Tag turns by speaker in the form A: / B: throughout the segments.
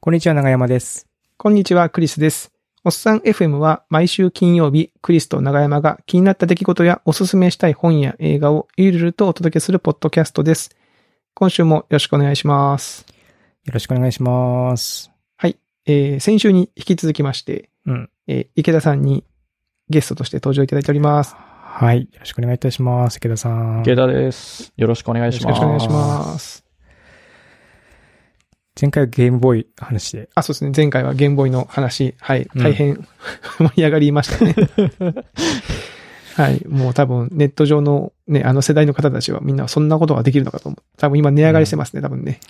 A: こんにちは、長山です。
B: こんにちは、クリスです。おっさん FM は毎週金曜日、クリスと長山が気になった出来事やおすすめしたい本や映画をゆるゆるとお届けするポッドキャストです。今週もよろしくお願いします。
A: よろしくお願いします。
B: えー、先週に引き続きまして、
A: うん。
B: えー池田さんにゲストとして登場いただいております。
A: はい。よろしくお願いいたします。池田さん。
C: 池田です。よろしくお願いし
B: よろ
C: ま
B: し
C: す。
B: くお願いします。
A: 前回はゲームボーイの話で。
B: あ、そうですね。前回はゲームボーイの話、はい、
A: うん
B: 大変、 盛り上がりましたね。はい、もう多分ネット上のね、あの世代の方たちはみんなそんなことができるのかと思う。多分今値上がりしてますね、多分ね。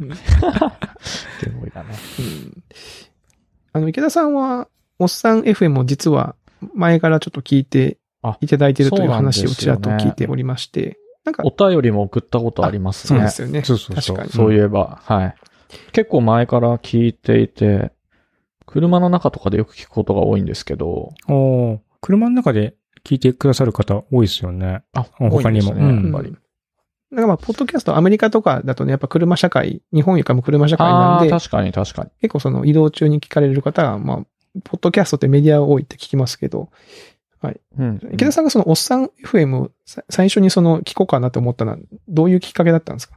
C: ゲームボーイだね
B: うんあの、池田さんは、おっさん FM も実は前からちょっと聞いて
C: あ
B: いただいてるとい
C: そううなんです
B: 話を
C: よね
B: ちらっと聞いておりまして、なんか
C: お、便りも送ったことあります
B: そう
C: ね
B: で。すよね。
A: そうそうそう
B: 確か
C: そういえば、はい。結構前から聞いていて、車の中とかでよく聞くことが多いんですけど、
A: おー車の中で聞いてくださる方多いですよね。
C: あ、
A: 他にも
C: 多いんです
A: うん
C: ね、
B: に。
C: やっぱり。
B: うんなんかまあ、ポッドキャスト、アメリカとかだとね、やっぱ車社会、日本よりかも車社会
C: あ
B: なん
C: あ
B: で
C: ー、、確かに確かに。
B: 結構その移動中に聞かれる方が、まあ、ポッドキャストってメディア多いって聞きますけど、
C: うん。
B: 池田さんがそのおっさん FM をさ最初にその聞こうかなと思ったのは、どういうきっかけだったんですか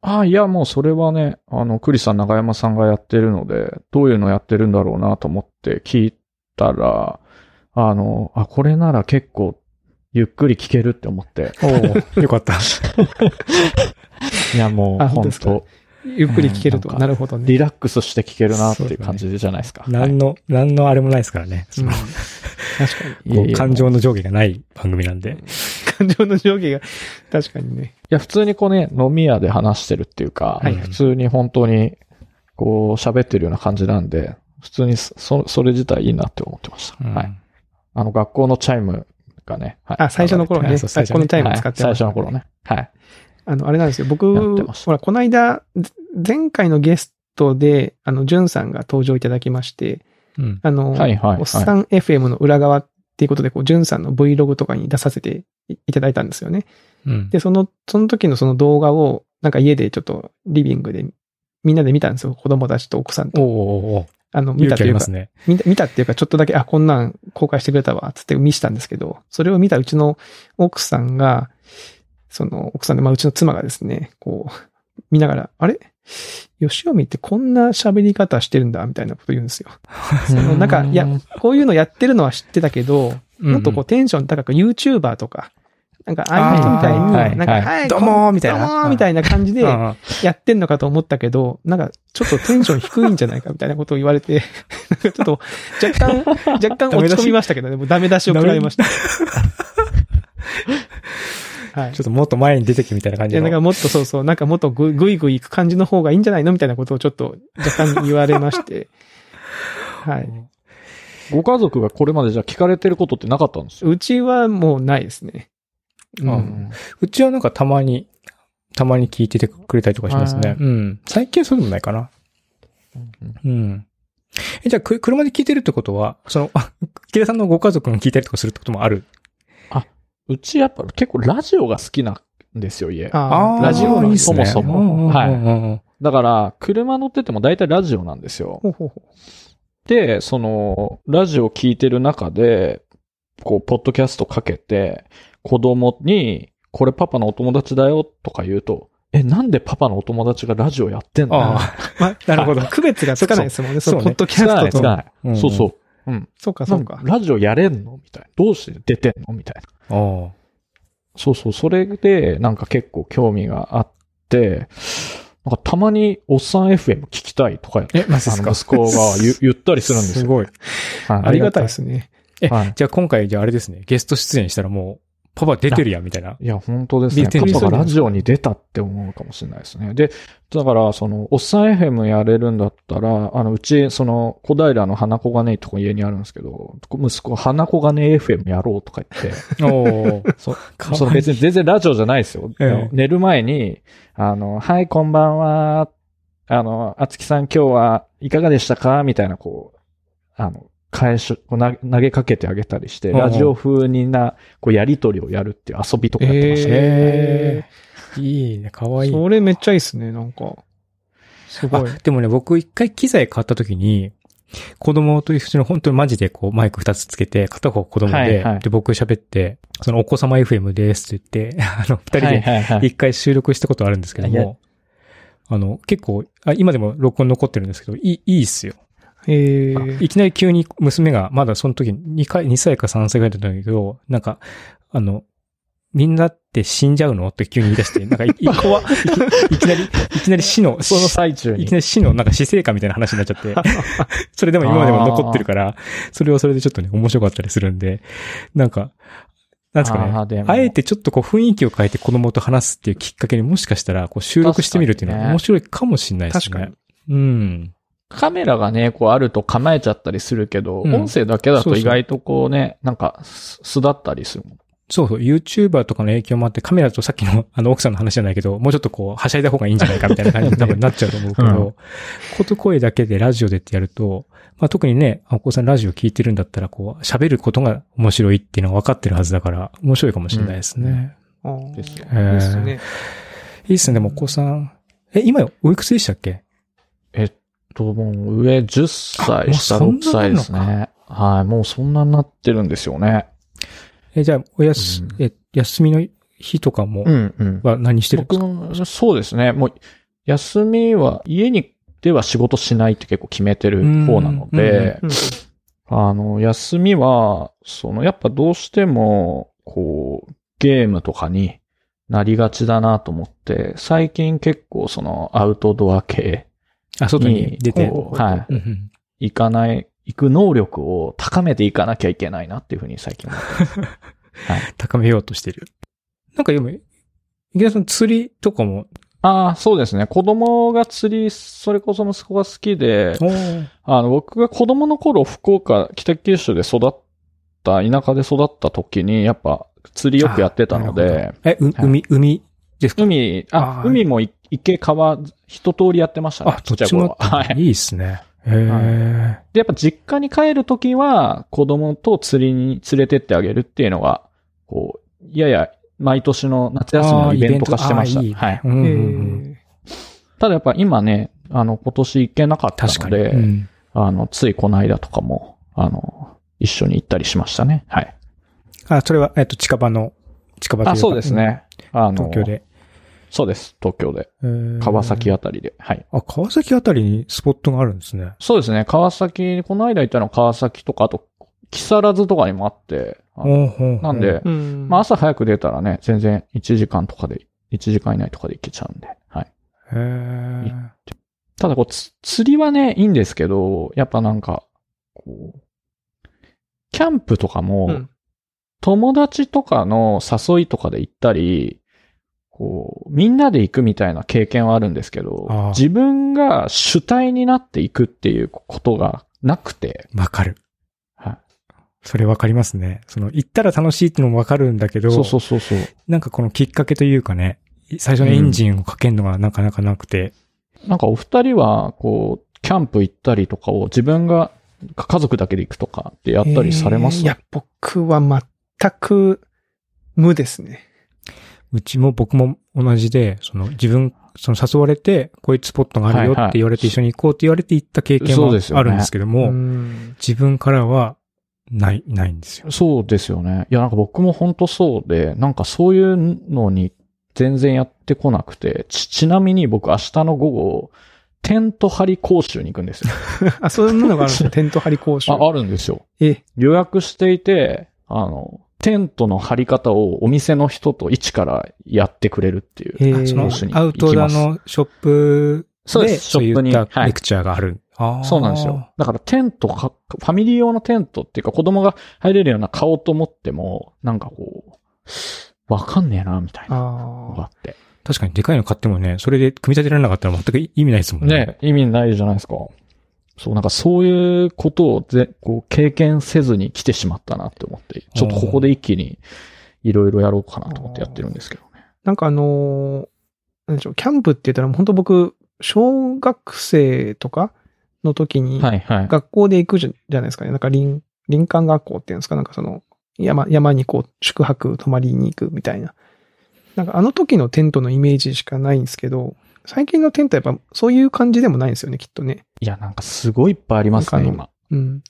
C: ああ、いや、もうそれはね、あの、栗さん、長山さんがやってるので、どういうのやってるんだろうなと思って聞いたら、あの、あ、これなら結構、ゆっくり聞けるって思って。
A: おー よかった。
C: いや、もう、
B: あ本当
C: 本
B: ですか
C: 当
B: ゆっくり聞けると。
C: うん
B: な
C: なんか
B: るほどね。
C: リラックスして聞けるなって
A: そ
C: いうう
A: だね
C: 感じじゃないですか。
A: 何の、何のあれもないですからね。
B: う
A: そ
B: ん
A: の
B: 確かに。
C: はいいえいえ
A: 感
C: い
A: 情の上下がない番組なんで。
B: 感情の上下が、確かにね。
C: や、普通にこうね、飲み屋で話してるっていうか、
A: はい
C: 普通に本当に、こう、喋ってるような感じなんで、普通にそ、それ自体いいなって思ってました。
A: うん
C: はい。あの、学校のチャイムがね、はい
B: あ、最初の頃
A: は
B: ね。
A: いそう最
B: あ
A: 初ね
B: このタイム使
C: は
B: っ
C: い
B: て
C: 最
B: まし
C: 初
B: た
C: の頃。ね。はい。
B: あの、あれなんですよ。
C: や
B: 僕
C: って、ました
B: ほら、この間、ぜ前回のゲストで、あの、ジュンさんが登場いただきまして、
A: うん。
B: あの、
C: はいはい。
B: おっさん FM の裏側っていうことで、こう、ジュンさんの Vlog とかに出させていただいたんですよね。
A: うん。
B: で、その、その時のその動画を、なんか家でちょっとリビングで、みんなで見たんですよ。子供たちと奥さん
A: おー
B: と。
A: おーおー
B: あの、見
A: 勇
B: た
A: 気
B: と
A: あ
B: い
A: り
B: う
A: ま
B: か
A: す、ね。
B: 見た見たっていうか、ちょっとだけ、あ、こんなん公開してくれたわ、つって見したんですけど、それを見たうちの奥さんが、その、奥さんで、まあ、うちの妻がですね、こう、見ながら、あれ吉臣ってこんな喋り方してるんだ、みたいなこと言うんですよ。
C: うん、
B: のなんかいやこういうのやってるのは知ってたけど、
A: うん
B: もっとこうテンション高く YouTuber とか、なんかああいう人みたいに、
A: あーはい
B: なんか、
C: はい
B: はい
A: どう
B: こん
A: もーみたいな
B: どうもーみたいな感じで
A: うんうん
B: やってんのかと思ったけど、なんかちょっとテンション低いんじゃないかみたいなことを言われて、 なんかちょっと若 干、若干落ち込みましたけどね、もうダメ出しを食らいました。はい
A: ちょ。っともっと前に出てきみたいな感
B: い
A: じ
B: や、
A: の
B: なんかもっとそうそう、なんかもっとぐぐいぐい行く感じの方がいいんじゃないのみたいなことをちょっと若干言われま して。はい。
C: ご家族がこれまでじゃあ聞かれてることってなかったんですよ。
B: うちはもうないですね。う
A: あ
B: ん。
A: うちはなんかたまに、たまに聞いててくれたりとかします
C: は
A: ね
C: い。
A: うん。最近はそうでもないかな。うん。え、じゃあ、く車で聞いてるってことは、その、あ、池田さんのご家族が聞いたりとかするってこともある。
C: うちやっぱ結構ラジオが好きなんですよ、家。
B: あ
C: ー
B: あ、
C: ラジオ
A: いい
C: の
A: っすね
C: そもそも
A: うんうんうんうん
C: はいだから、車乗ってても大体ラジオなんですよ。
B: ほうほうほ
C: で、その、ラジオ聞いてる中で、こう、ポッドキャストかけて、子供に、これパパのお友達だよとか言うと、え、なんでパパのお友達がラジオやってんの
A: ああ、
B: う。ま、 なるほど。区別がつかないですもんね。
A: そうそ
B: そ、
A: うう
B: ポッドキャ
C: つかな
B: ス
C: い、つ
B: ト
C: か
B: と。
C: ない。
A: うん
C: そうそう。うん。
B: そうか、そうか
C: なん。ラジオやれんのみたいな。どうして出てんのみたいな。
A: あ
C: そうそう。それで、なんか結構興味があって、なんかたまにおっさん FM 聞きたいとか、
A: え、マジで
C: あ
A: す
C: の
A: か
C: 息子が言う言ったりするんです よ。
A: ごい。
C: はい
B: ありがたいですね。
A: え
C: はい
A: じゃあ今回、じゃああれですね、ゲスト出演したらもう、パパ出てるやん、みたい な。
C: いや、本当ですね。
A: 見てる
C: パパ
A: そう
C: が
A: なん
C: ラ
A: です
C: ジオに出たって思うかもしれないですね。で、だから、その、おっさん FM やれるんだったら、あの、うち、その、小平の花子がねえとこ家にあるんですけど、息子、花子がねえ FM やろうとか 言って、
A: おー
C: そ
A: かわいい
C: その別に全然ラジオじゃないですよ。
A: ええ
C: あの寝る前に、あの、はい、こんばんは。あの、あつきさん今日はいかがでしたかみたいな、こう、あの、返し、こうな投げかけてあげたりして、
A: うんうん
C: ラジオ風にな、こう、やりとりをやるっていう遊びとかやってましたね。
A: えーいいね、かわいい。
B: それめっちゃいいですね、なんか。すごい。
A: あ、でもね、僕一回機材買った時に、子供と一緒に本当にマジでこうマイク二つつけて、片方子供で、
C: はいはい
A: で、僕喋って、そのお子様 FM ですって言って、 あの、二人
C: はい
A: で
C: はいはい。
A: 一回収録したことあるんですけど
C: いや
A: も、あの、結構あ、今でも録音残ってるんですけど、いい、いいっすよ。
B: え
A: いきなり急に娘が、まだその時2回、2歳か3歳ぐらいだったんだけど、なんか、あの、みんなって死んじゃうのって急に言い出して、な んかい、いいきいきなり、いきなり死の、
C: その最中
A: い
C: に
A: きな。り死のなんか死生観みたいな話になっちゃ って、それでも今でも残ってるから、それはそれでちょっとね、面白かったりするんで、なんか、なんですかね。
C: あーでも
A: あえてちょっとこう雰囲気を変えて子供と話すっていうきっかけにもしかしたらこう収録してみるっていうのは面白いかもしれないですね。
B: 確かに。
A: うん。
C: カメラがね、こうあると構えちゃったりするけど、
A: うん
C: 音声だけだ
A: そうそ
C: と
A: う
C: 意外とこうね、なんか、す素だったりするもん。
A: そうそう、YouTuber とかの影響もあってカメラとさっきの あの奥さんの話じゃないけど、もうちょっとこう、はしゃいだ方がいいんじゃないかみたいな感じに多分なっちゃうと思うけど、
C: う
A: こと声だけでラジオでってやると、まあ特にね、お子さんラジオ聞いてるんだったら、こう、喋ることが面白いっていうのが分かってるはずだから、面白いかもしれないですね。
B: ー。
C: ですよ
B: いいですね。
A: いいっすね、でもお子さん。え、今おいくつでしたっけ
C: えっと、もう上10
A: あもう
C: 歳、下
A: そんな
C: 6歳ですね。はい、もうそんなになってるんですよね。
A: え、じゃあ、おやす、
C: うん
A: え、休みの日とかも、
C: うんうん。
A: は何してるんで
C: 僕
A: すか
C: も、そうですね。もう、休みは、家に、では仕事しないって結構決めてる方なので、
B: うん
C: あの、休みは、その、やっぱどうしても、こう、ゲームとかになりがちだなと思って、最近結構その、アウトドア系
A: あ、外に
C: に、
A: 出て。
C: こうは
A: うんうん
C: い。行かない、行く能力を高めていかなきゃいけないなっていうふうに最近思ってますはい。
A: 高めようとしてる。なんかでも、池田さん釣りとかも、
C: ああ、そうですね。子供が釣り、それこそ息子が好きで、あの、僕が子供の頃、福岡、北九州で育った、田舎で育った時に、やっぱ、釣りよくやってた
A: あ
C: の
A: な
C: で、
A: え、う海、海ですか
C: 海、あ、
A: あー
C: 海もい池、川、一通りやってましたね。
A: あ、
C: ち
A: ど
C: っ
A: っ
C: ちゃい
A: ち
C: 頃
A: も
C: は。はい。
A: いいですね。へ
C: は
A: え。
C: で、やっぱ実家に帰るときは、子供と釣りに連れてってあげるっていうのが、こう、やや、毎年の夏休み
A: あ
C: の
A: ー
C: イベント化してました。
A: イベントあ
C: は
A: ーいいねう
C: い。
A: ん
B: え
A: うんうん
B: ー
C: ただやっぱ今ね、あの、今年行けなかった
A: 確
C: の
A: かに。
C: で、
A: うん
C: あの、ついこの間とかも、あの、一緒に行ったりしましたね。はい。
A: あ、それは、えっと、近場の、近場とい
C: あ、
A: か
C: そうです。ね。あ
A: うん
C: の、
A: 東京。で。
C: そうです。東京で。
A: へー
C: 川崎あたりで。はい。
A: あ、川崎あたりにスポットがあるんですね。
C: そうですね。川崎、この間行ったのは川崎とか、あと、木更津とかにもあって、あの
A: おうほうほう
C: なんで、
B: うん。
C: まあ朝早く出たらね、全然1時間とかで、1時間以内とかで行けちゃうんで、はい。
A: へー
C: ただこう、つ釣りはね、いいんですけど、やっぱなんか、こう、キャンプとかも、
B: うん
C: 友達とかの誘いとかで行ったり、こう、みんなで行くみたいな経験はあるんですけ
A: ああ
C: ど、自分が主体になっていくっていうことがなくて、
A: わかる。
C: はい
A: それわかりますね。その、行ったら楽しいってのもわかるんだけど、
C: そうそうそうそう。
A: なんかこのきっかけというかね、最初のエンジンをかけるのがなかなかなくて、
C: なんかお二人は、こう、キャンプ行ったりとかを自分がか家族だけで行くとかってやったりされます、
B: えーいや、僕は全く無ですね。
A: うちも僕も同じで、その自分、その誘われて、こういうスポットがあるよって言われて一緒に行こうって言われて行った経験
C: そうですよ
A: は
C: ね
A: あるんですけども、
B: うん
A: 自分からはない、ないんですよ。
C: そうですよね。いや、なんか僕も本当そうで、なんかそういうのに全然やってこなくて、ち、ちなみに僕明日の午後、テント張り講習に行くんですよ。
B: あ、そういうのがあるんですね。テント張り講習。
C: あ、あるんですよ。
B: え、
C: 予約していて、あの、テントの張り方をお店の人と一からやってくれるっていう。
B: えー
A: あそ
C: コ
A: の
C: ースに
A: アウトドアのショップ
C: そうで
A: で、
C: す
A: そうい
C: ショップ
A: っ
C: に
A: た
C: はい
A: レクチャーがある。あー
C: そうなんですよ。。だからテントか、ファミリー用のテントっていうか子供が入れるような買おうと思っても、なんかこう、わかんねえな、みたいなのが
B: あ
C: あって。
A: 確かにでかいの買ってもね、それで組み立てられなかったら全く意味ないですもんね。
C: ねえ意味ないじゃないですか。そう、なんかそういうことをぜこう経験せずに来てしまったなって思って、ちょっとここで一気にいろいろやろうかなと思ってやってるんですけどね。
B: なんかあのーなんでしょう、キャンプって言ったら本当僕、小学生とかの時に、
C: はいはい。
B: 学校で行くじゃじゃないですかね。なんか林、林間学校っていうんですか、なんかその、山、山にこう、宿泊、泊まりに行くみたいな。なんかあの時のテントのイメージしかないんですけど、最近のテントはやっぱそういう感じでもないんですよね、きっとね。
C: いや、なんかすごいいっぱいありますね、
B: なん
C: 今。
B: うん。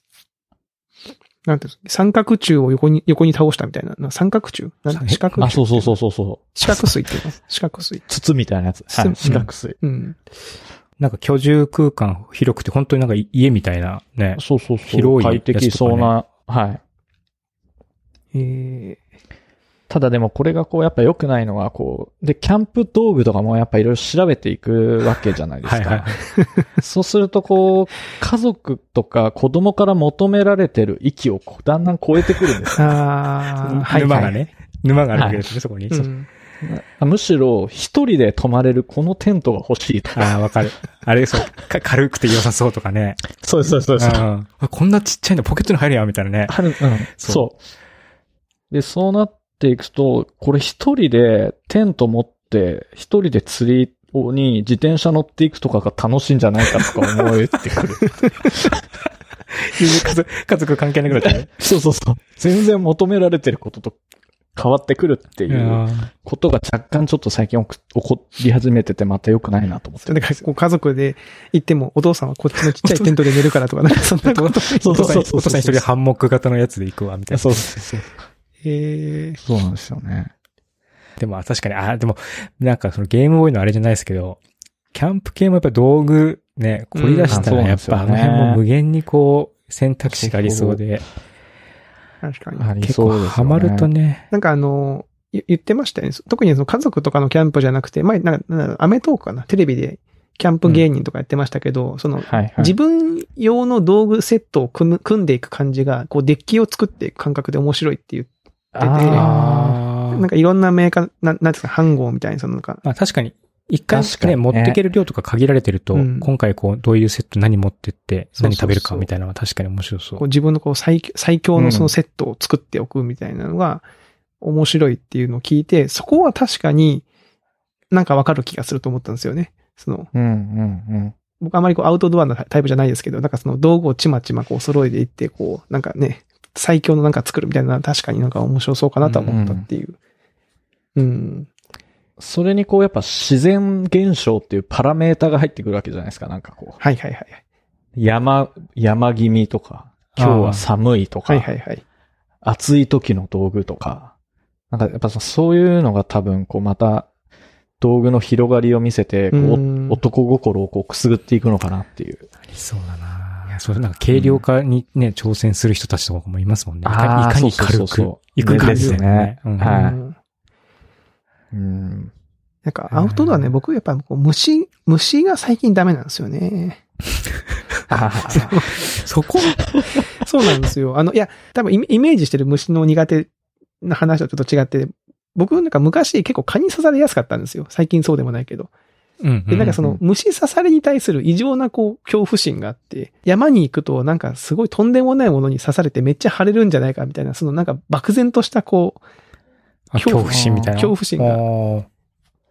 B: なんていうんですか三角柱を横に、横に倒したみたいな。な三角柱なんだ四角柱
C: あ、そうそうそうそうそう。
B: 四角錐っていうの四角錐。
C: 筒みたいなやつ。は
B: 筒
C: い、四角錐。
B: うん。
A: なんか居住空間広くて、本当になんか家みたいなね。
C: そうそうそう。
A: 広いやつ
C: 快
A: とかね
C: 適そうな。はい。
B: え
C: ただでもこれがこう、やっぱ良くないのは、こう、で、キャンプ道具とかもやっぱいろいろ調べていくわけじゃないです
A: は
C: か。
A: いはいはい。
C: そうするとこう、家族とか子供から求められてる域をこうだんだん超えてくるん です
B: ー、ああ、はい、
A: 沼
B: は
A: が
B: い。
A: ね。沼があるわけですね、そこに。
B: う
A: そうん
C: むしろ、一人で泊まれるこのテントが欲しいとか。
A: ああ、わかる。あれ、そう、か軽くて良さそうとかね。
C: そうそうそう
A: うん。あこんなちっちゃいのポケットに入るやん、みたいなね。
C: ある、うん。そう。で、そうなっていくと、これ一人でテント持って、一人で釣りに自転車乗っていくとかが楽しいんじゃないかとか思えてくる。
A: 家族、家族関係なくなっちゃうね。
C: そうそうそう。全然求められてることと変わってくるっていうことが若干ちょっと最近起こ起こり始めててまた良くないなと思って。
B: だから、ご家族で行っても、お父さんはこっちのちっちゃいテントで寝るからとか、なんかそんなこと。
C: そうそうそう
A: お父さん一人ハンモック型のやつで行くわ、みたいな。
C: そうそうそう。
B: えー、
C: そうなんですよね。
A: でも、あ確かに、あ、でも、なんかそのゲームボーイのあれじゃないですけど、キャンプ系もやっぱ道具ね、凝り出したら
C: うん
A: や
C: あ
A: っ
C: そう
A: ぱあ
C: なんで
A: の
C: すよね
A: 辺も無限にこう、選択肢がありそうで、
B: 確かに。
C: あり
A: 結
C: そう
A: 構
C: ですよね。
A: ハマるとね、
B: なんかあの、ゆ言ってましたよね。特にその家族とかのキャンプじゃなくて、前、なんか、なんだろうアメトークかなテレビでキャンプ芸人とかやってましたけど、その、
C: はいはい。
B: 自分用の道具セットを組む、組んでいく感じが、こう、デッキを作っていく感覚で面白いっていう。
C: あー
B: なんかいろんなメーカー、なん、なんですか、ハンゴーみたいな、そのなんか、
A: まあ確かに、一回
C: 確かに
A: ね、
C: ね
A: 持っていける量とか限られてると、
B: うん
A: 今回こう、どういうセット何持ってって、
B: そうそうそ
A: 何食
B: う
A: べるかみたいなのは確かに面白そう
B: こう。自分のこう最、最強のそのセットを作っておくみたいなのが、面白いっていうのを聞いて、そこは確かになんかわかる気がすると思ったんですよね。その、
C: うんうんうん。
B: 僕あまりこうアウトドアのタイプじゃないですけど、なんかその道具をちまちまこう揃えていって、こう、なんかね、最強のなんか作るみたいなのは確かになんか面白そうかなとは思ったっていう。うん、
C: それにこうやっぱ自然現象っていうパラメータが入ってくるわけじゃないですか。なんかこう、
B: はいはいはい。
C: 山、山気味とか、今日は寒いとか、
B: はいはいはい。
C: 暑い時の道具とか、なんかやっぱそういうのが多分こうまた道具の広がりを見せて、こう
B: うん
C: 男心をこうくすぐっていくのかなっていう。
A: ありそうだなぁそう、なんか軽量化にね、挑戦する人たちとかもいますもんね。いか
C: あー
A: いかに
C: そうそ
A: 軽
C: うそう
A: く
C: そう
A: いくかみたいなね。
C: ですね
A: うん
C: はい
B: うん
C: うん。
B: なんかアウトドアね、僕やっぱこう虫、虫が最近ダメなんですよね。
A: そこ、
B: そうなんですよ。あの、いや、多分イメイメージしてる虫の苦手な話とちょっと違って、僕なんか昔結構蚊に刺されやすかったんですよ。最近そうでもないけど。
A: うんう
B: で、
A: ん
B: なんかその虫刺されに対する異常なこう恐怖心があって、山に行くとなんかすごいとんでもないものに刺されてめっちゃ腫れるんじゃないかみたいな、そのなんか漠然としたこう、
A: あ恐怖心みたいな。
B: 恐怖心が。
A: あー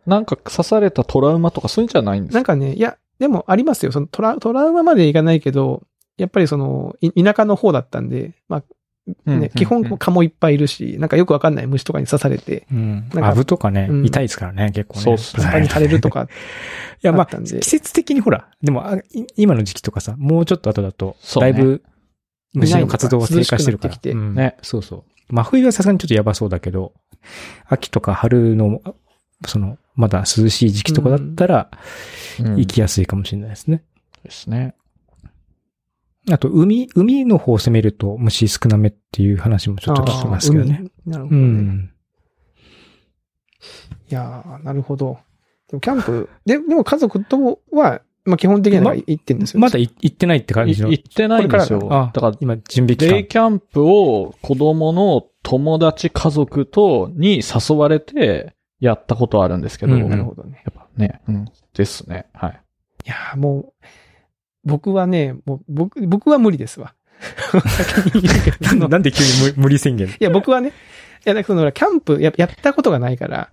C: なんか刺されたトラウマとかそういうんじゃないんです
B: なんかね、いや、でもありますよ。そのトラトラウマまでいかないけど、やっぱりその、い田舎の方だったんで、まあ、
C: うんうんう
B: ね
C: ん、
B: 基本蚊もいっぱいいるし、なんかよくわかんない虫とかに刺されて、
A: うん。
B: なんか
A: アブとかね
B: う、ん
A: 痛いですからね、結構ね。
C: そうっすね
A: ブ
B: 蚊
A: サー
B: に
A: ン
B: 腫れるとか、
A: いや、ま
B: あ
A: あ、
B: ったんで
A: 季節的にほら、でも、あい今の時期とかさ、もうちょっと後だと、
C: そう
A: だ
C: ね
A: いぶ、虫の活動は低下してるから。
B: 涼しくなってきて
A: うん
C: ね
A: そうそう。真冬はさすがにちょっとやばそうだけど、秋とか春の、あその、まだ涼しい時期とかだったら、
C: うん
A: 行きやすいかもしれないですね。
C: ですね。
A: あと、海、海の方を攻めると虫少なめっていう話もちょっと聞きますけどね。
B: あー。海なるほ
A: う
B: どね。
A: ん。
B: いやー、なるほど。でも、キャンプ、で、でも家族とは、まあ、基本的には
A: ま
B: 行ってんですよね。
A: まだい行ってないって感
C: い
A: じの
C: 行。ってないんですよ。
B: こ
A: れから
C: だから、
A: 今、準備期
C: デイ
A: 間。
C: キャンプを子供の友達家族とに誘われてやったことあるんですけど、
A: うんうん
B: なる
C: や
B: ほどね。
C: っぱね、うん、ですね。はい。
B: いやー、もう、僕はね、もう、僕、僕は無理ですわ。先に言うけど
A: なんなんで急に無無理宣言
B: いや、僕はね、いや、なんかその、キャンプや、やったことがないから、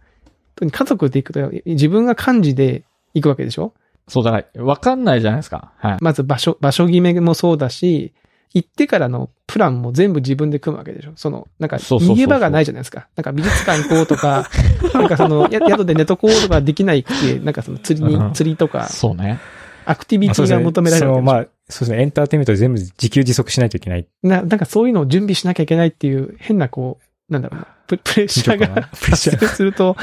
B: 特に家族で行くと、自分が幹事で行くわけでしょ
C: そうだから、わかんないじゃないですか。はい。
B: まず場所、場所決めもそうだし、行ってからのプランも全部自分で組むわけでしょ。その、なんか、
C: そうそうそうそ
B: 逃げ
C: う
B: 場がないじゃないですか。なんか美術館行こうとか、なんかその、や宿で寝とこうとかできないって、なんかその釣り
C: うん
B: に、釣りとか、
C: そうね。
B: アクティビティが求められる
A: まあそうで
B: わけでしょ
A: すねそのまあ、そうですね。エンターテインメントで全部自給自足しないといけない。
B: な、なんかそういうのを準備しなきゃいけないっていう変なこう、なんだろうな、ププレッシャー
A: 以上か
B: が
A: なプレッシ
B: 発
A: ャー
B: 生すると、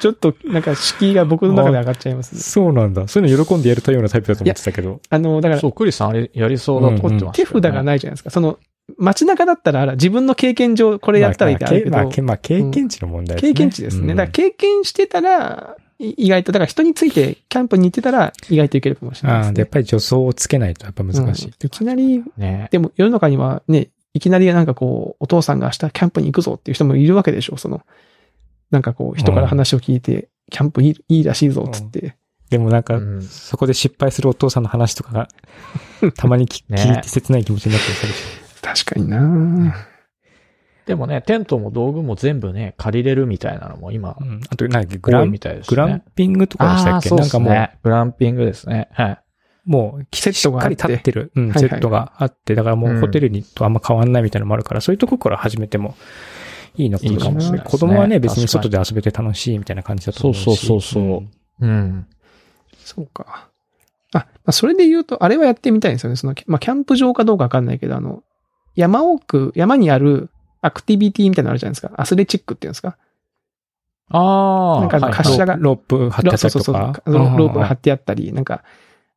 B: ちょっとなんか敷居が僕の中で上がっちゃいますね。
A: そうなんだ。そういうの喜んでやるタイプのタイプだと思ってたけど。
B: あの、だから
C: そう、クリスさんあれやりそうだと思ってました
B: 手
C: よね、
B: 札がないじゃないですか。その、街中だったらあら、自分の経験上これやったらいいってあるけど、
A: まあ、けまあ、けまあ経験値の問題ですね、
B: 経験値ですね。
A: うん
B: だから経験してたら、い意外と、だから人についてキャンプに行ってたら意外といけるかもしれないで
A: あ
B: す
A: あ、
B: ね。
A: で、やっぱり助走をつけないとやっぱ難しい。
B: うんいきなり、
C: ね。
B: でも世の中にはね、いきなりなんかこう、お父さんが明日キャンプに行くぞっていう人もいるわけでしょ、その。なんかこう、人から話を聞いて、キャンプいいいいらしいぞっつって。
A: でもなんか、
C: うん
A: そこで失敗するお父さんの話とかが、たまにき
C: ね
A: 聞いて切ない気持ちになったりするし。
B: 確かにな
C: でもね、テントも道具も全部ね、借りれるみたいなのも今
A: う、ん。あと、なんかグラ
C: 多い
A: ン、
C: みたいですね。
A: グランピングとかでした
C: あ
A: っ
C: あ
A: け、
C: そう
A: な
C: で
A: ん
C: す
A: かもう、
C: ね。グランピングですね。はい。
A: もうき、
B: セット
A: しっ
B: が
A: か
B: あっ
A: り
B: て
A: 立ってる、うん
B: はいはい
A: セットがあって、だからもうホテルにとあんま変わんないみたいなのもあるから、そういうとこから始めてもいいのかもしれない
B: いいかもしれない
C: ですね
A: 子供はね、
C: 確
A: 別
C: かに
A: に外で遊べて楽しいみたいな感じだと思うし。
C: そうそうそうそうんうん。
B: そうか。あ、まあ、それで言うと、あれはやってみたいんですよね。その、まあ、キャンプ場かどうかわかんないけど、あの、山奥、山にあるアクティビティみたいなのあるじゃないですか。アスレチックっていうんですか。
C: ああ。
B: なんか
C: はい
B: 貸し
C: は
B: 出
C: い
B: が
A: ロープ張ってあった
B: そう
A: り
B: そう
A: と
B: そう。ロ
A: か。
B: ープが張
A: っ
B: ってあったり、なんか、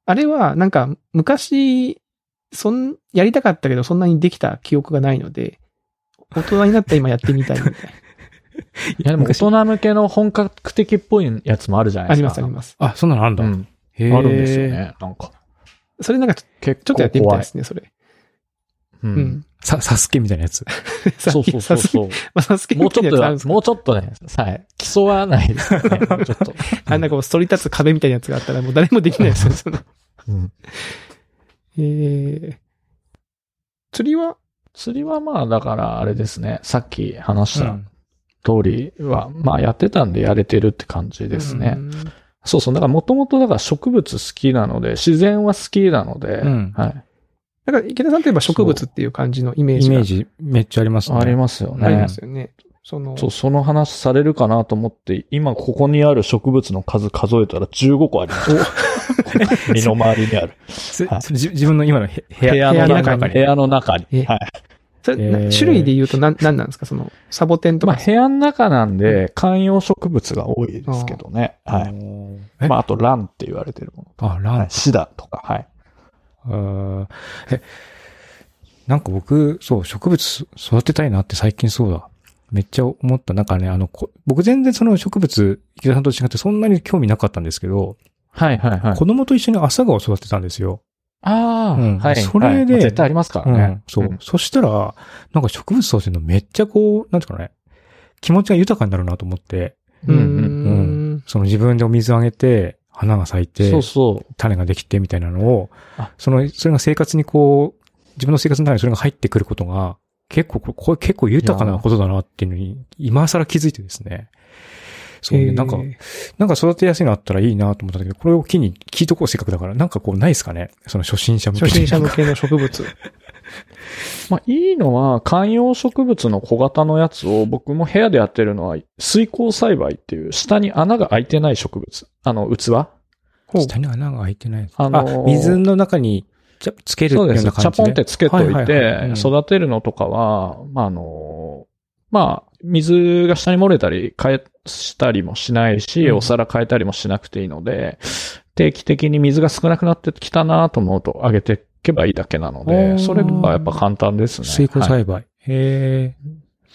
B: あれは、なんか、昔、そん、やりたかったけど、そんなにできた記憶がないので、大人になった今やってみたいみたい
C: いや、でも大人向けの本格的っぽいやつもあるじゃな
B: な。あ
C: いで
B: り
C: すか。
B: ます、あります。
A: あ、そんなのあんだ。
C: うん。
A: へ
C: あ
A: ー
C: るんですよ。ね。なんか。
B: それなんかちょ、
C: 結構怖い。
B: ちょっとやってみたいですね、それ。
C: う。
B: うんん。
A: さ、サスケみたいなやつ。
C: そうそうそ
B: さ
C: う
B: すが
C: そう。
B: まあさすがに
C: もうちょっ
B: やつあるんです
C: と、もうちょっとね、はい、競わないですよね。もうちょっと。
B: あんなこう、反り立つ壁みたいなやつがあったら、もう誰もできないですよ、そ の。
C: うん
B: えー、釣りは、
C: 釣りはまあ、だから、あれですね。さっき話し
A: う
C: た
A: ん
C: 通りは、まあ、やってたんでやれてるって感じですね。
B: うん。
C: そうそう。だから、もともと、だから植物好きなので、自然は好きなので、
A: うん
C: はい。
B: だから、池田さんといえば植物っていう感じのイメー
A: イ
B: ジ
A: メ
B: が
A: ージめっちゃありますね。
C: ありますよ
B: あり
C: ね
B: ま。すよね。その、
C: そう、その話されるかなと思って、今ここにある植物の数数えたら15個あります。 身の回りにある。
A: す
C: はい
A: それ自自分の今のへ部屋
C: 部屋
B: 部
C: の
B: 屋の
C: 中
B: 中
C: に。
B: に
C: 部屋の中に。
B: え
C: はい。
B: それな
A: えー
B: 種類で言うと何、何なんですかその、サボテンと
C: ま
B: か
C: あ、。部屋の中なんで、観葉植物が多いですけどね。はい。
A: え
C: まあ、あと、ランって言われてるもの。
A: あ、ラ
C: は
A: ン
C: い。シダとか。はい。
A: あーえ、なんか僕、そう、植物育てたいなって最近そうだ。めっちゃ思った。なんかね、あの、こ僕全然その植物、池田さんと違ってそんなに興味なかったんですけど、
C: はい、はい、はい。
A: 子供と一緒に朝顔を育てたんですよ。
C: ああ、
A: うん
C: はい。
A: それで
C: はいまあ絶対ありますから
A: う
C: ね
A: ん。そう、
C: ん
A: そしたら、なんか植物育てるのめっちゃこう、なんていうかね、気持ちが豊かになるなと思って、
B: うー
C: うんうん
B: ん。
A: その自分でお水をあげて、花が咲いて、
C: そうそう。
A: 種ができてみたいなのを
C: あ、
A: その、それが生活にこう、自分の生活の中にそれが入ってくることが、結構、これこれ結構豊かなことだなっていうのに、今更気づいてですね。そう
B: え
A: ね、
B: ー
A: なんか、なんか育てやすいのあったらいいなと思ったんだけど、これを機に聞いとこうせっかくだから、なんかこうないですかねその初心者向けに
B: 初心者向けの植物。
C: まあ、いいのは、観葉植物の小型のやつを、僕も部屋でやってるのは、水耕栽培っていう、下に穴が開いてない植物。あの、器
B: ほう
A: 下に穴が開いてない。
C: あのー
A: あ、水の中に、ちゃつけるよ
C: そう
A: う
C: です。
A: な
C: チャ
A: 感じで。
C: ポンってつけと
A: はいいはいはい
C: て
A: う、ん
C: 育てるのとかは、まあ、あの、まあ、水が下に漏れたり、変え、したりもしないし、
A: うん
C: お皿変えたりもしなくていいので、定期的に水が少なくなってきたなと思うと、上げていけばいいだけなの
A: お
C: で、
A: ー
C: それがやっぱ簡単ですね。
A: 水耕
C: はい
A: 栽培。へえ。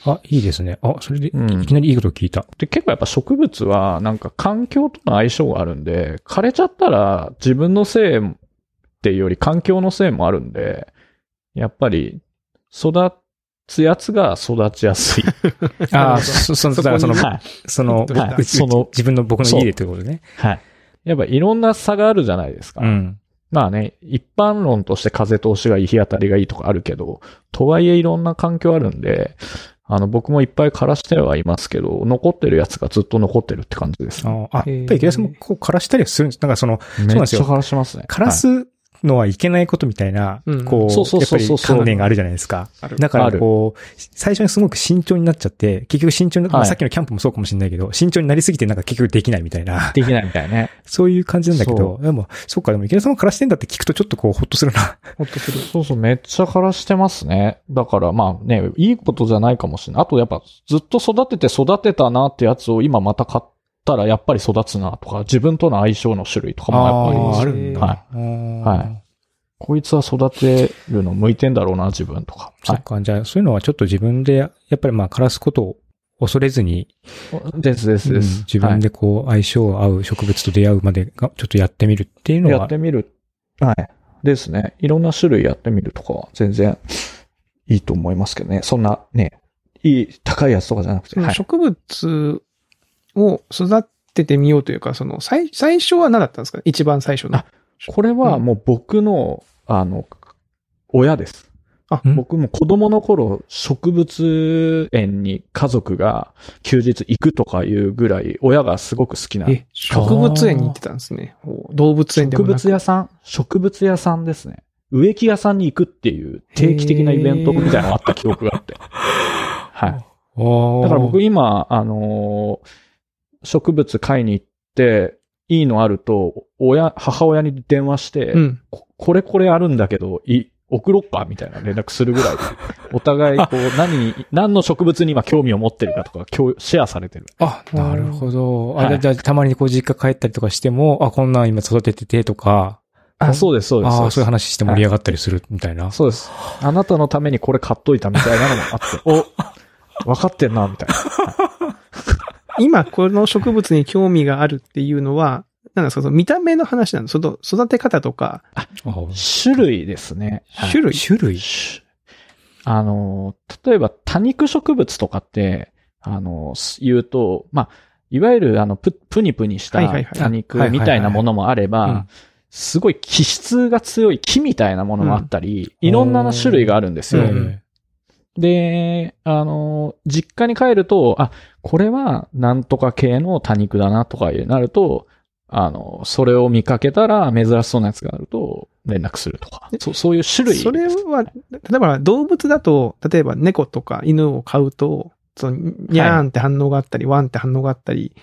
A: あ、いいですね。あ、それで、い
C: うん
A: きなりいいこと聞いた。
C: で、結構やっぱ植物はなんか環境との相性があるんで、枯れちゃったら自分のせいっていうより環境のせいもあるんで、やっぱり育つやつが育ちや すい。
A: ああ、そ、その、だからその、
C: はい。
A: その、
B: どうした
A: 僕うち
C: その
A: 自分の僕の家でということでね。
C: はい。やっぱいろんな差があるじゃないですか。
A: うん。
C: まあね、一般論として風通しがいい、日当たりがいいとかあるけど、とはいえいろんな環境あるんで、あの、僕もいっぱい枯らしてはいますけど、残ってるやつがずっと残ってるって感じです、
A: あ
C: ね。
A: ーあ、
B: へー
A: やっぱり池田さんもこう枯らしたりはするんです。なんかその、
C: めっちゃ枯らしますね。
A: 枯ら
C: はい
A: すのはいけないことみたいな、
B: うん
A: こう、
C: そうそう
A: やっ
C: そ
A: ぱ
C: う
A: り
C: そうそう
A: 観念があるじゃないですか。
B: ある
A: だか
C: あ
A: ら
C: る
A: こう、最初にすごく慎重になっちゃって、結局慎重に、まあ
C: はい
A: さっきのキャンプもそうかもしれないけど、慎重になりすぎてなんか結局できないみたいな、
C: できないみたいね。
A: そういう感じなんだけど
C: そ、
A: でも、そっか、でも池田さんもからしてんだって聞くとちょっとこう、ほっとするな。
B: ほっとする。
C: そうそう、めっちゃ枯らしてますね。だからまあね、いいことじゃないかもしれない。あとやっぱずっと育てて育てたなってやつを今また買ったらやっぱり育つなとか、自分との相性の種類とかもやっ
B: あー
C: ぱり
A: あるんだ。
C: はい
A: い
C: はこいつは育てるの向いてんだろうな、自分とか。
A: そっか、じゃあそういうのはちょっと自分で、やっぱりまあ、枯らすことを恐れずに、
C: い。ですです
A: う
C: で
A: ん
C: す。
A: 自分でこう、相性合う植物と出会うまでが、ちょっとやってみるっていうの
C: やっ
A: は
C: て、みる。はい。ですね。いろんな種類やってみるとかは全然いいと思いますけどね。そんなね、いい、高いやつとかじゃなくて。はい。
B: 植物を育ててみようというか、その、最、最初は何だったんですか一番最初の
C: あ。これはもう僕の、あの、親です。
B: あ
A: ん
C: 僕も子供の頃、植物園に家族が休日行くとかいうぐらい、親がすごく好きな。
B: え、植物園に行ってたんですね。ほう動物園で
C: 植
B: もなく。
C: 物屋さん、植物屋さんですね。植木屋さんに行くっていう定期的なイベントみたいなのがあった記憶があって。はい。だ
A: だ
C: から僕今、あのー植物買いに行って、いいのあると、親、母親に電話して、
B: うん。
C: ここれこれあるんだけど、い、送ろっかみたいな連絡するぐらい、 お互い、こう、何に、何の植物に今興味を持ってるかとか、共有シェアされてる。
A: あ、なるほど。あ、
C: はい
A: じゃあ、たまにこう実家帰ったりとかしても、あ、こんなん今育てててとか、
C: あ、そうです、そうです。
A: あ
C: そ
A: あ、
C: う
A: そういう
C: です
A: 話して盛り上がったりするみたいな。
C: そうです。あなたのためにこれ買っといたみたいなのもあって、お、 分かってんな、みたいな。
B: 今、この植物に興味があるっていうのは、何ですかその見た目の話なのその育て方とか、
A: あ
C: 種類ですね。はい
B: 種類
A: 種類
C: あの、例えば多肉植物とかって、あの、す言うと、まあ、いわゆるあの、ぷ、ぷにぷにし
B: はいはい
C: た
B: はい
C: 多
A: はい
C: 肉
A: はいはい
C: みたいなものもあれ
A: うん
C: ば、すごい気質が強い木みたいなものもあったり、
A: うん
C: いろんな種類があるんですよ。
B: うん
C: で、あの、実家に帰ると、あ、これはなんとか系の多肉だなとかになると、あの、それを見かけたら珍しそうなやつがあると連絡するとか
B: え、
C: そうそういう種類です
B: それは、例えば動物だと、例えば猫とか犬を飼うと、その、にゃーんって反応があったり、わんって反応があったり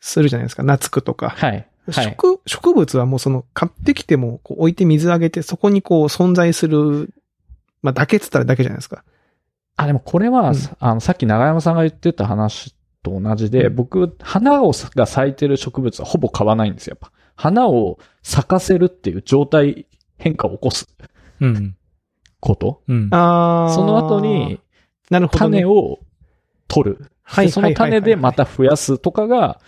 B: するじゃないですか。懐くとか。
C: はい。はい。
B: 植、植物はもうその、買ってきても、こう置いて水あげて、そこにこう存在する、まあ、だけっつったらだけじゃないですか。
C: あ、でもこれは、
B: うん
C: あの、さっき長山さんが言ってた話と同じで、僕、花をさが咲いてる植物はほぼ買わないんですよ、やっぱ。花を咲かせるっていう状態変化を起こす
A: うん。
C: こと。
A: うん。
B: あー
C: その後に、
B: なるほど、ね。
C: 種を取る。
B: はい
C: でその種でまた増やすとかが、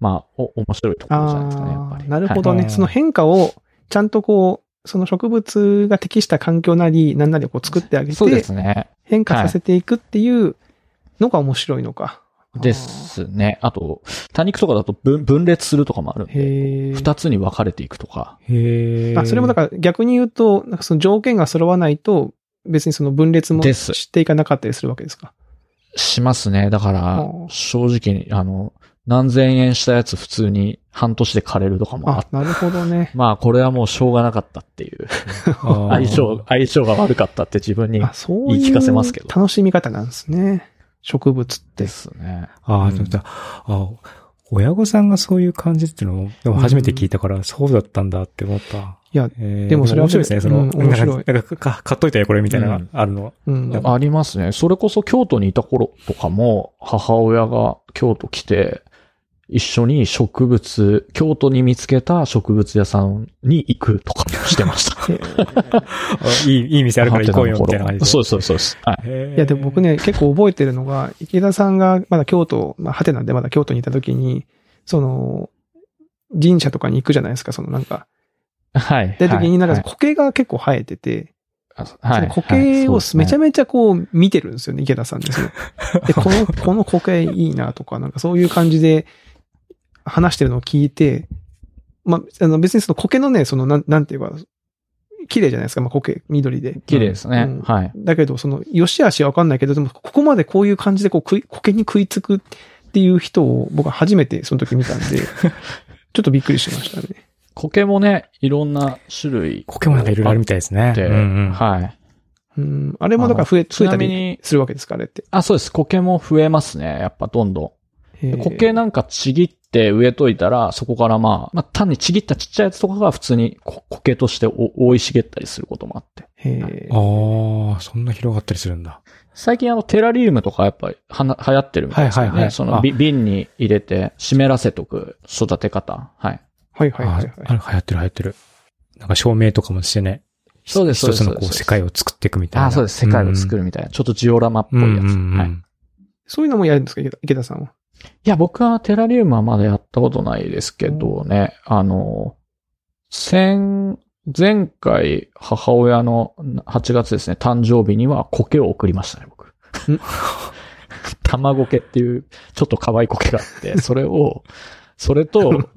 C: まあ、お、面白いところじゃないですかね、やっ
B: あ
C: ぱ
B: あ
C: り。
B: なるほどね、
A: はい
B: その変化を、ちゃんとこう、その植物が適した環境なり、なんなりをこう作ってあ
C: は
B: げ
C: い。そうで
B: て、
C: すね。
B: 変化させていくっていうのが面白いのか。
C: で
B: あ
C: すね。あと、多肉とかだと分分裂するとかもあるん
B: ー。
C: で、
B: へえ。
C: 二つに分かれていくとか。
A: へえ。
B: あ、それもだ
A: か
B: から逆に言うと、なんかその条件が揃わないと、別にその分裂も
C: です
B: していかなかったりするわけですか。
C: しますね。だから
B: うん、
C: 正直に、あの、何千円したやつ普通に半年で枯れるとかもあっ
B: あ、なるほどね。
C: まあ、これはもうしょうがなかったっていう。
A: ら
C: 相性、相性が悪かったって自分に
B: あ、そうい
C: 言いう聞かせますけど
B: 楽しみ方なんですね。植物って
C: で。すね。
A: ああ、
C: うん
A: そうだ。あ親御さんがそういう感じっていうのを、でも初めて聞いたから、そうだったんだって思った。
B: いや
A: えー
B: でもそれは
A: 面白いですね、その、
B: うん面白い
A: なんか、なんかか買っといたよ、これみたいなの
C: う
A: が
C: ん
A: あるの。
B: うん。
C: ありますね。それこそ京都にいた頃とかも、母親が京都来て、一緒に植物、京都に見つけた植物屋さんに行くとかしてまし た。
B: へー
A: あいい、いい店あるから行こうよ、みたいな感じで。
C: そうです、そうです、そうです。はい。
A: い
B: いや、でも僕、ね、結構覚えてるのが、池田さんがまだ京都、まあ、ハテナでまだ京都にいた時に、その、神社とかに行くじゃないですか、そのなんか。
C: はい。
B: で、時になん
C: は
B: か
C: い
B: 苔が結構生えてて、
C: は
B: その苔をめちゃ
C: め
B: めちゃこう見てるんですよね、池田さんですね。 で、この、この苔いいなとか、なんかそういう感じで話してるのを聞いて、まあ、あの別にその苔のね、そのなん、なんていうか、綺麗じゃないですか、まあ苔、緑で。
C: 綺麗です
B: う
C: ね
B: ん。
C: はい。
B: だけど、その、良し悪しはわかんないけど、でも、ここまでこういう感じで、こう、食い、苔に食いつくっ ていう人を、僕は初めてその時見たんで、ちょっとびっくりしましたね。
C: コケもね、いろんな種類
A: コケモンなんかいろいろあるみたいですね。
C: で、
A: うんうん
C: はい。
B: うん。あれもだから増え、
C: ち
B: 増え
C: な
B: た
C: み
B: り
C: に、
B: するわけですか、あれって。
C: あ、そうです。苔も増えますね。やっぱどんどん。
B: 固
C: 苔なんかちぎって植えといたら、そこからまあ、まあ単にちぎったちっちゃいやつとかが普通にこ苔としてお覆い茂ったりすることもあって。
B: へー
A: ああ、そんな広がったりするんだ。
C: 最近あのテラリウムとかやっぱりはな流行ってるみたいですよね。
A: はいはいはい
C: そ
A: あ
C: のび瓶に入れて湿らせとく育て方。はい。
B: はいはいはいはい。
A: ああ流行ってる流行ってる。なんか照明とかもしてね。
C: そうです
A: 一つの
C: そう
A: こ
C: で
A: う
C: す
A: 世界を作っていくみたいな。
C: あ、そうです。世界を作
A: る
C: るみたいな。ちょっとジオラマっぽ
A: う
C: い
A: ん
C: やつ。
A: うん
C: はい。
A: うん
B: そういうのもやるんですか、池田池田さんは。
C: いや、僕はテラリウムはまだやったことないですけどね、あの、先、前回母親のな8月ですね、誕生日には苔を送りましたね、僕。 卵苔っていう、ちょっと可愛い苔があって、それを、それと、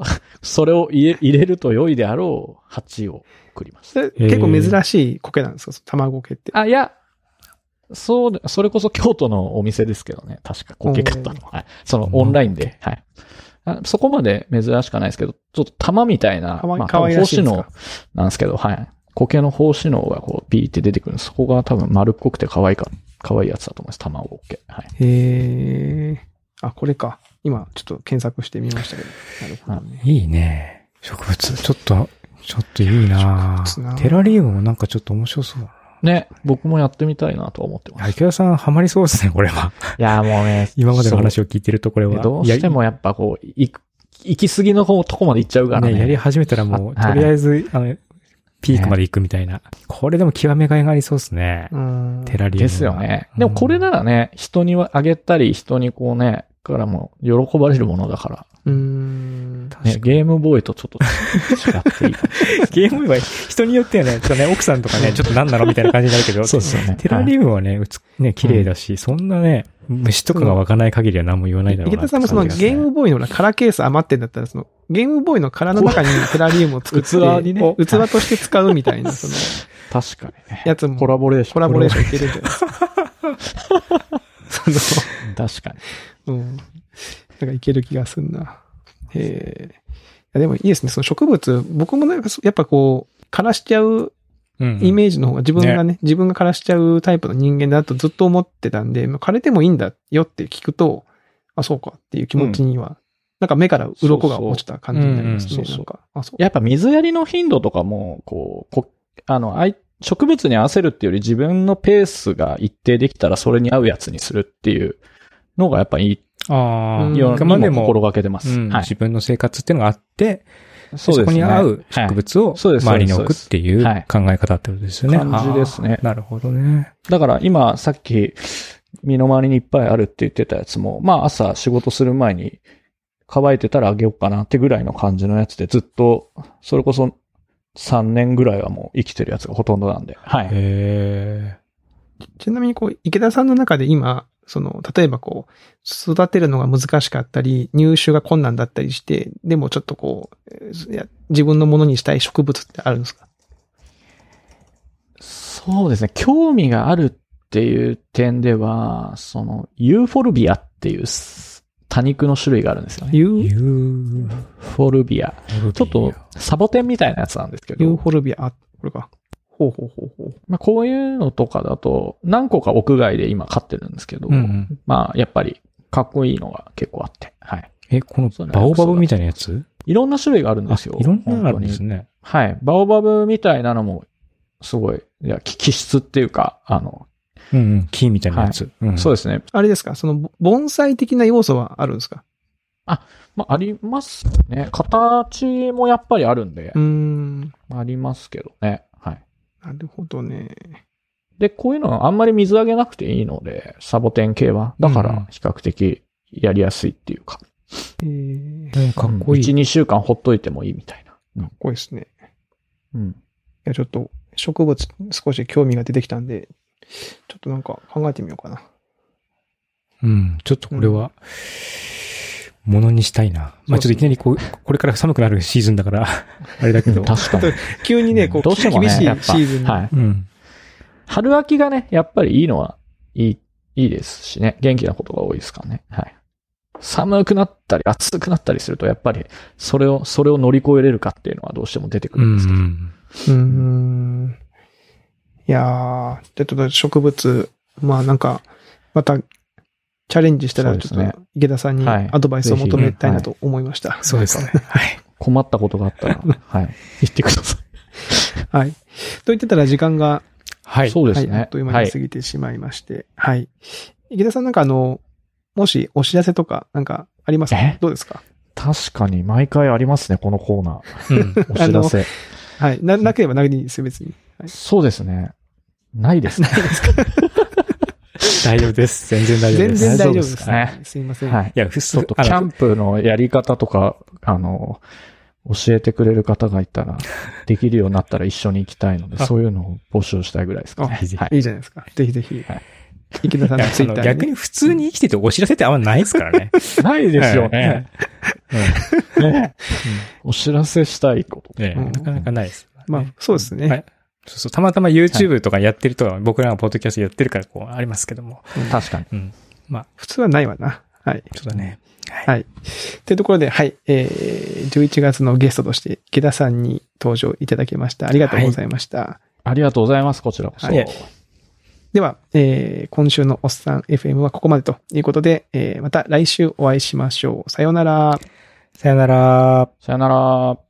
C: それを入れ入れると良いであろう鉢を送りまし
B: そ
C: た。
B: れ結構珍しい苔なんですか、その卵苔って。
C: あ、いや、そうで、それこそ京都のお店ですけどね。確か、苔買ったのは。はい。その、オンラインで。はい。あそこまで珍しくはないですけど、ちょっと玉みたいな、
B: かわい
C: まあ、
B: か
C: 多
B: わい
C: 分
B: ら
C: 胞
B: しいん
C: 子
B: です
C: の
B: か、
C: なんですけど、はい。苔の胞子のがこう、ビーって出てくるんですそこが多分丸っこくて可愛いか、可愛いやつだと思います。玉を苔。はい。
B: へえ。あ、これか。今、ちょっと検索してみましたけど。なるほどね。
A: いいね。植物、ちょっと、ちょっといいな
B: 植物な
A: テラリウムもなんかちょっと面白そうだ
C: ね、僕もやってみたいなとは思って
A: な。い
C: ま
A: や、
C: す。
A: 池田さんハマりそうですね、これは。
C: いや、もうね
A: 今までの話を聞いてると、これ
C: そう
A: は。
C: どうしてもやっぱこう、い行き過ぎの方とこまで行っちゃうか
A: や
C: ら
A: り、
C: ね。
A: ね、やり始めたらもう、
C: あは
A: と
C: い
A: りあえず、あの、ピークまで行くみたいな。これでも極めがいがありそうですね。
B: うん。
A: テラリウムは。
C: ですよね。
A: うん
C: でもこれならね、人にはあげたり、人にこうね、からも喜ばれるものだから、
B: うん。
A: 確か
C: ね、
A: に。
C: ゲームボーイとちょっと違っていいかも。
A: ゲームは人によってはね、ちょっとね、奥さんとかね、ちょっと何なのみたいな感じになるけど、
C: そうですよ ね。
A: テラリウムはね、うつね、綺麗だし、そんなね、虫とかが湧かない限りは何も言わないだろう
B: 池
A: なっ
B: 田
A: て
B: さん
A: 感じがし
B: もその
A: ますね。
B: ゲームボーイのなんか空ケース余ってんだったら、そのゲームボーイの殻の中にテラリウムを作って、
C: 器にね
B: お器として使うみたいな、その、
C: 確かにね。
B: や つも
C: コラボレーション。
B: コラボレーションいけるんじゃないですか。
C: 確かに。
B: その、うん。なんかいける気がすんな。へえ。いやでもいいですね。その植物、僕もね、やっぱこう、枯らしちゃう
A: うん
B: イメージの方が自分がね、自分が枯らしちゃうタイプの人間だとずっと思ってたんで、まあ枯れてもいいんだよって聞くと、あ、そうかっていう気持ちには、なんか目から鱗が落ちた感じになります
C: そ
B: ね。
C: うそう
B: なんか、あ、そう。
C: やっぱ水やりの頻度とかも、こう、こあの、あい植物に合わせるっていうより自分のペースが一定できたらそれに合うやつにするっていうのがやっぱいい、
A: あ
B: うん
A: あ、
C: よ
A: あ
C: う
A: く
C: に
A: までも、
C: も心がけてます。
A: うん
C: はい。
A: 自分の生活っていうのがあって、そ
C: そうですね
A: こに合う植物を
C: いそうです
A: 周りに置くっていう
C: そうです
A: 考え方ってことですよね。
C: 感じですね
A: あーなるほどね。
C: だから今、さっき、身の回りにいっぱいあるって言ってたやつも、まあ朝仕事する前に乾いてたらあげようかなってぐらいの感じのやつでずっと、それこそ3年ぐらいはもう生きてるやつがほとんどなんで。はい。
A: へ
B: ちなみにこう、池田さんの中で今、その、例えばこう、育てるのが難しかったり、入手が困難だったりして、でもちょっとこうえー、いや自分のものにしたい植物ってあるんですか
C: そうですね。興味があるっていう点では、その、ユーフォルビアっていう多肉の種類があるんですよね。
B: ユ
A: ー
B: ー
A: ユー
C: フォルビア。ちょっとサボテンみたいなやつなんですけ
B: ユー
C: ど、
B: フォルビア、あ、これか。ほうほうほうほう。
C: まあ、こういうのとかだと何個か屋外で今飼ってるんですけど、
A: うんうん
C: まあ、やっぱり、かっこいいのが結構あって。はい。
A: え、この
C: そうなんです
A: バオバブみたいなやつ
C: いろんな種類があるん
A: あ
C: ですよ。
A: いろんなのあるんです
C: 本
A: ね。
C: 当にはい。バオバブみたいなのも、すごい、いや、き気質っていうか、あの、
A: うんうん。木みたいなやつ。うん
C: そうですね。
B: あれですかその、ぼ盆栽的な要素はあるんですか
C: まあ、ありますね。形もやっぱりあるんで
B: うー、ん。
C: ありますけどね。はい。
B: なるほどね。
C: で、こういうのはあんまり水あげなくていいので、サボテン系は。だか
A: うんうん
C: ら、比較的やりやすいっていうか。
B: えー、か
A: ねかっこいい。
C: 1、2週間ほっといてもいいみたいな。
B: っこいいですね。
C: うん。
B: いや、ちょっと、植物少し興味が出てきたんで、ちょっとなんか考えてみようかな。
A: うん、ちょっとこれは、ものにしたいな。まあちょっといきなりこう、これから寒くなるシーズンだから、あれだけど。
C: 確かに。
B: 急にね、こう、
C: どうしてもね
B: 厳しいシ
C: やっぱ
B: ーズンに
C: はい。
A: うん。
C: 春秋がね、やっぱりいいのは、いい、いいですしね。元気なことが多いですからね。はい。寒くなったり、暑くなったりすると、やっぱり、それを、それを乗り越えれるかっていうのはどうしても出てく
A: う
C: る
A: ん
C: ん
A: う
C: ですけど。
A: ん。
B: うーん。いやー、ちょっと植物、まあなんか、また、チャレンジしたら、ち
C: そ
B: ょ
C: うで
B: っ
C: す
B: と、池田さんに
C: はい
B: アドバイスを求めたいなと思いました。
A: そうですね。はい。
C: 困ったことが あったら、はい。言ってください。
B: はい。と言ってたら時間が、
A: はい。
C: そうです
B: はい、あ
C: ね
B: っ。という間
C: は
B: に
C: い
B: 過。ぎてしまいまして、はい。池田さんなんかあの、もしお知らせとか、なんかありますか
C: え
B: どうですか
C: 確かに、毎回ありますね、このコーナ
A: うん。
C: ー。お知らせ。
B: はい。な、なければなくていいですよ、別に。はい
C: そうですね。ないです ね。
A: 大丈夫です。全然大丈夫
B: 全
A: です。
B: 然大丈夫で。
C: そうですすね
B: すいません。
C: はい。
A: いや、ふっ
C: ちょ
A: そ
C: っとキャンプのやり方とか、あの、教えてくれる方がいたら、できるようになったら一緒に行きたいので、
A: あ
C: そういうのを募集したいぐらいですかね。
A: ぜひ
C: はい
B: いじゃないですか。ぜひぜひ
C: はい。
B: 池田さん
A: い
B: の
A: や
B: ツ
A: そ
B: イッ
A: の
B: ターにね
A: 逆に普通に生きててお知らせってあんまないですからね。
C: ないですよ
A: はい
C: ね。うんねお知らせしたいこと。
A: ええ
B: うん
A: なかなかないです。
B: まあ、そうですね。
A: はいそうそう、たまたま YouTube とかやってると、僕らがポッドキャストやってるから、こう、ありますけども。
C: 確かに。
A: うん。
B: 普通はないわな。はい。
A: そうだね。
B: はい。というところで、はい。えー、11月のゲストとして、池田さんに登場いただきました。ありがとうございました。
C: ありがとうございます、こちらこそ。
A: はい
B: では、えー、今週のおっさん FM はここまでということで、えー、また来週お会いしましょう。さようなら。
A: さよなら。
C: さよなら。